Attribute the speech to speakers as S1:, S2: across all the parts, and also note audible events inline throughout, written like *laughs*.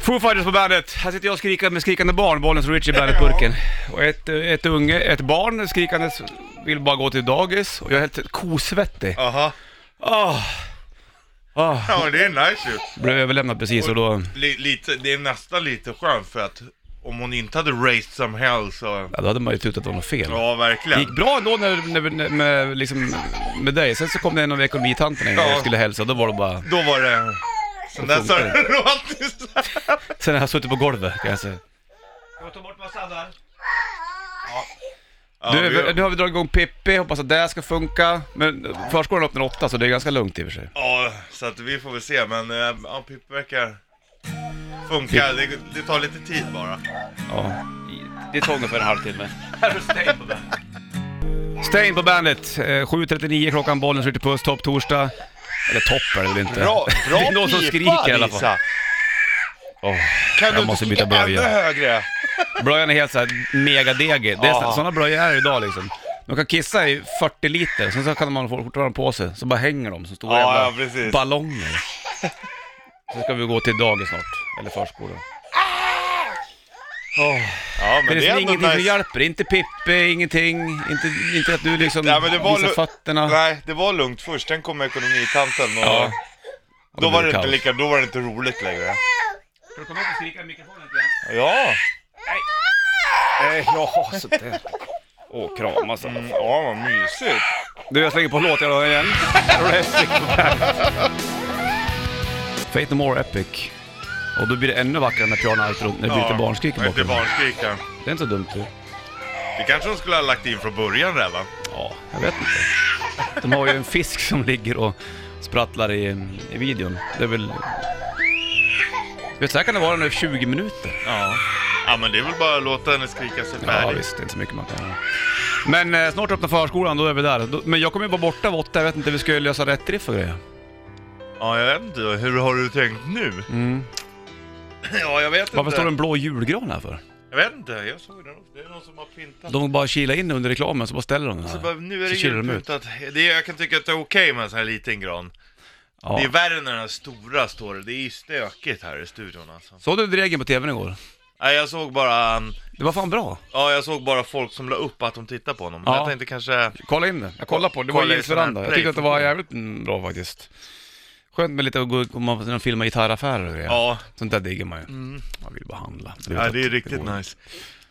S1: Foo Fighters på bandet. Här sitter jag och skriker med skrikande barn, bollen som Richie i bandetburken. Och ett, ett unge, ett barn skrikandes vill bara gå till dagis och jag är helt kosvettig.
S2: Aha.
S1: Ah, ah,
S2: Ja, det är nice ju.
S1: blev överlämnad precis och då...
S2: Li- lite, det är nästan lite skönt för att om hon inte hade raised some hell så...
S1: Ja, då hade man ju trott att det var något fel.
S2: Ja,
S1: Det
S2: verkligen.
S1: gick bra ändå när, när, när, med, liksom, med dig. Sen så kom det en av ekonomitanterna in och
S2: Ja.
S1: skulle hälsa och då var det bara...
S2: Då var det... Sån där
S1: funkar det.
S2: *laughs* sarkotisk...
S1: Sen har jag suttit på golvet kan jag säga.
S2: Ska vi ta bort massa där?
S1: Du, nu har vi dragit igång Pippi, hoppas att det här ska funka. Men förskolan öppnar åtta så det är ganska lugnt i och för sig.
S2: Ja, så att vi får väl se, men eh, ja, Pippi verkar funka. Det, det tar lite tid bara.
S1: Ja. Det tar ungefär en
S2: *laughs*
S1: halvtimme. Här är Stain på bandet. Stain på bandet. Eh, 7.39 klockan, bollen skjuter puss, topp torsdag. Eller topp är det väl inte. *laughs*
S2: Bra, bra
S1: det är någon som
S2: pipa,
S1: skriker i alla fall.
S2: Lisa.
S1: Åh,
S2: Kan
S1: jag
S2: du
S1: måste
S2: inte
S1: byta
S2: skrika ännu
S1: blöja.
S2: högre?
S1: Blöjan är helt såhär megadegig. Det är
S2: Ja.
S1: så- sådana blöjor är det idag liksom. De kan kissa i 40 liter, sen så kan man fortfarande ha på sig. Så bara hänger de som stora
S2: Ja,
S1: jävla
S2: ja, precis.
S1: ballonger. Sen ska vi gå till dagis snart, eller förskolan. Åh.
S2: Ja,
S1: Men
S2: men
S1: det,
S2: det är
S1: finns
S2: ändå
S1: ingenting som
S2: nice.
S1: hjälper, inte Pippi, ingenting, inte, inte att du liksom
S2: Nej, men det var
S1: visar
S2: lu-
S1: fötterna.
S2: Nej, det var lugnt först. Sen kom ekonomitanten och...
S1: Ja. Och
S2: Då
S1: blev
S2: var det inte
S1: kaos.
S2: lika, då var det inte roligt längre.
S1: Ska du komma upp och skrika i mikrofonen lite grann?
S2: Ja,
S1: Eh, ja, sådär. Åh, kramas
S2: mm, ja vad mysigt.
S1: Du, jag slänger på en låt jag då igen. Jurassic Park. Fate No More Epic. Och då blir det ännu vackrare när piano allt runt, när det blir lite barnskrik i
S2: Lite
S1: bakgrunden.
S2: barnskrik ja.
S1: Det är inte så dumt du.
S2: Det kanske de skulle ha lagt in från början där va?
S1: Ja, jag vet inte. De har ju en fisk som ligger och sprattlar i, i videon. Det är väl... Du vet, så här kan det vara nu i 20 minuter.
S2: Ja. Ja men det är väl bara att låta henne skrika sig
S1: Ja,
S2: färdig.
S1: visst, det är inte så mycket man kan göra. Men eh, snart öppnar förskolan, då är vi där. Då, men jag kommer ju vara borta vid åtta, jag vet inte, vi ska ju lösa rätt riff och grejer.
S2: Ja, jag vet inte. Hur har du tänkt nu?
S1: Mm.
S2: Ja, jag vet
S1: Varför
S2: inte.
S1: står det en blå julgran här för?
S2: Jag vet inte. Jag såg den. Det är någon som har pyntat.
S1: De bara kilar in under reklamen, så bara ställer de den
S2: Så Alltså, bara,
S1: här.
S2: nu är det
S1: Så kilar de ut.
S2: julpyntat. Det är, jag kan tycka att det är okej med en sån här liten gran.
S1: Ja.
S2: Det är värre när den här stora står. Det är ju stökigt här i studion alltså.
S1: Såg du Dregen på TVn igår?
S2: Nej, jag såg bara... um,
S1: Det var fan bra.
S2: Ja, jag såg bara folk som la upp att de tittar på honom.
S1: Ja.
S2: Men jag tänkte kanske...
S1: Kolla in det. Jag kollar på det. Det var
S2: Kolla i
S1: Gills
S2: sån här
S1: veranda. Jag tyckte att det var
S2: play-funktion.
S1: jävligt mm, bra faktiskt. Skönt med lite att gå och komma på sina filma gitarraffärer och grejer.
S2: Ja,
S1: Sånt där digger man ju. Man vill bara handla. Du vet
S2: ja
S1: att
S2: det är riktigt
S1: går.
S2: nice.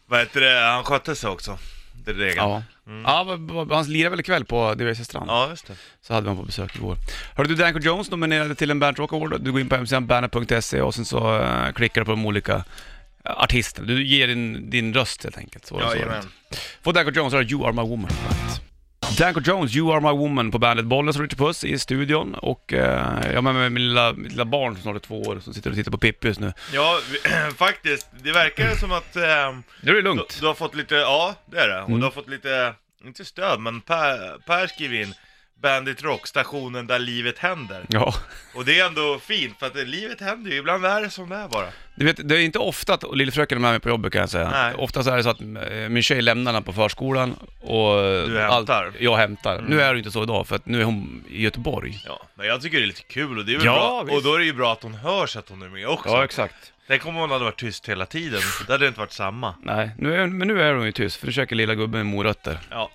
S2: Vad heter det? Han skötte sig också. Det är regeln. Ja.
S1: Ja. ja, vad- vad- han lirade väl ikväll på Diverse strand.
S2: Mm. ja, just det.
S1: Så hade man på besök igår. Hörru du, Danko Jones nominerade till en Bernt Rock Award. Du går in på hemsidan bandet.se och sen så eh, klickar du på de olika eh, artisterna. Du ger din, din röst helt enkelt. Så, så.
S2: Jajamän.
S1: Får Danko Jones höra You Are My Woman på bandet. Danko Jones, You Are My Woman på bandet Bollnäs och Richard Puss i studion och eh, jag har med mig min lilla, mitt lilla barn som snart är två år som sitter och tittar på Pippi just nu.
S2: Ja, vi- *clears throat* faktiskt. Det verkar som att ehm,
S1: Nu är det
S2: du,
S1: lugnt.
S2: du har fått lite, ja det är det. Och
S1: Mm.
S2: du har fått lite, inte stöd, men Per, per skriver in Bandit Rock, stationen där livet händer.
S1: Ja.
S2: Och det är ändå fint, för att det, livet händer ju. Ibland är det som det är bara.
S1: Du vet, det är inte ofta att lillfröken är med mig på jobbet kan jag säga.
S2: Nej.
S1: Ofta så är det så att eh, min tjej lämnar henne på förskolan och...
S2: Du hämtar. Mm.
S1: Allt, jag hämtar. Nu är det inte så idag för att nu är hon i Göteborg.
S2: Ja, men jag tycker det är lite kul och det är väl
S1: Ja,
S2: bra.
S1: visst.
S2: Och då är det ju bra att hon hörs att hon är med också.
S1: exakt.
S2: Tänk om hon hade varit tyst hela tiden, det hade inte varit samma.
S1: Nej, nu är, men nu är hon ju tyst för nu käkar lilla gubben morötter. *laughs*
S2: Ja.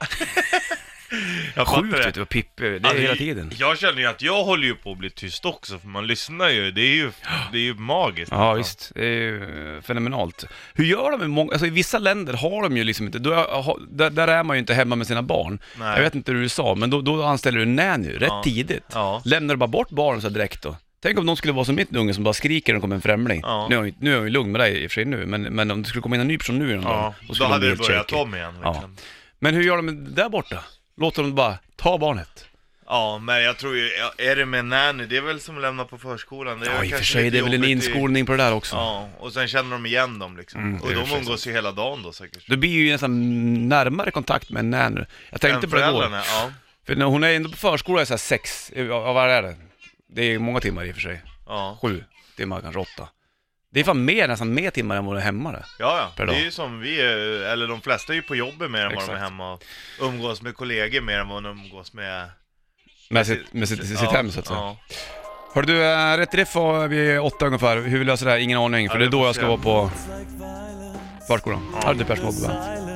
S2: jag fattar
S1: Sjukt
S2: det.
S1: vet du, vad Pippi, det är
S2: Alltså,
S1: hela tiden.
S2: Jag känner ju att jag håller ju på att bli tyst också, för man lyssnar ju. Det är ju, det är ju magiskt.
S1: Ja, visst. Det är ju eh, fenomenalt. Hur gör de i många, alltså i vissa länder har de ju liksom inte, då, har- där, där är man ju inte hemma med sina barn.
S2: Nej.
S1: Jag vet inte hur i USA, men då, då anställer du en nanny rätt
S2: Ja.
S1: tidigt.
S2: Ja.
S1: Lämnar du bara bort barnen så här direkt då? Tänk om någon skulle vara som mitt unge som bara skriker när det kommer en främling.
S2: Ja.
S1: Nu, är jag, ju- nu är jag ju lugn med dig i och för sig nu, men, men om det skulle komma in en ny person nu någon
S2: Ja,
S1: dag,
S2: då,
S1: skulle de
S2: hade
S1: bli
S2: det
S1: helt
S2: börjat
S1: shaky.
S2: om igen.
S1: Ja.
S2: verkligen.
S1: Men hur gör de där borta? Låter de bara ta barnet?
S2: ja, men jag tror ju, ja, är det med nanny, det är väl som att lämna på förskolan. Det är
S1: Ja, i och för
S2: kanske
S1: sig,
S2: lite
S1: det är väl en
S2: jobbigt i-
S1: inskolning på det där också.
S2: Ja, och sen känner de igen dem liksom.
S1: Mm, det
S2: och
S1: är i och
S2: de
S1: för sig
S2: umgås ju hela dagen då säkert.
S1: Du blir ju nästan närmare kontakt med en nanny. Jag
S2: Än
S1: tänkte på det igår.
S2: föräldrarna, ja.
S1: För när hon är ändå på förskola är så här sex, ja vad är det? Det är många timmar i och för sig.
S2: Ja,
S1: Sju timmar, kanske åtta. Det är fan mer, nästan mer timmar än vad du är hemma där.
S2: ja, ja.
S1: Per
S2: det
S1: dag.
S2: är ju som vi, är- eller de flesta är ju på jobbet mer än vad de är
S1: Exakt.
S2: hemma och umgås med kollegor mer än vad de umgås med...
S1: Med sitt, med sitt, sitt
S2: ja,
S1: hem så att säga.
S2: Ja.
S1: Hör du, eh, rätt riff var vid åtta ungefär. Hur vi löser det här, ingen aning. För
S2: Ja,
S1: det är
S2: vi
S1: då
S2: får
S1: jag ska
S2: se.
S1: vara på Svartskolan. Här är Depeche Mode på bandet.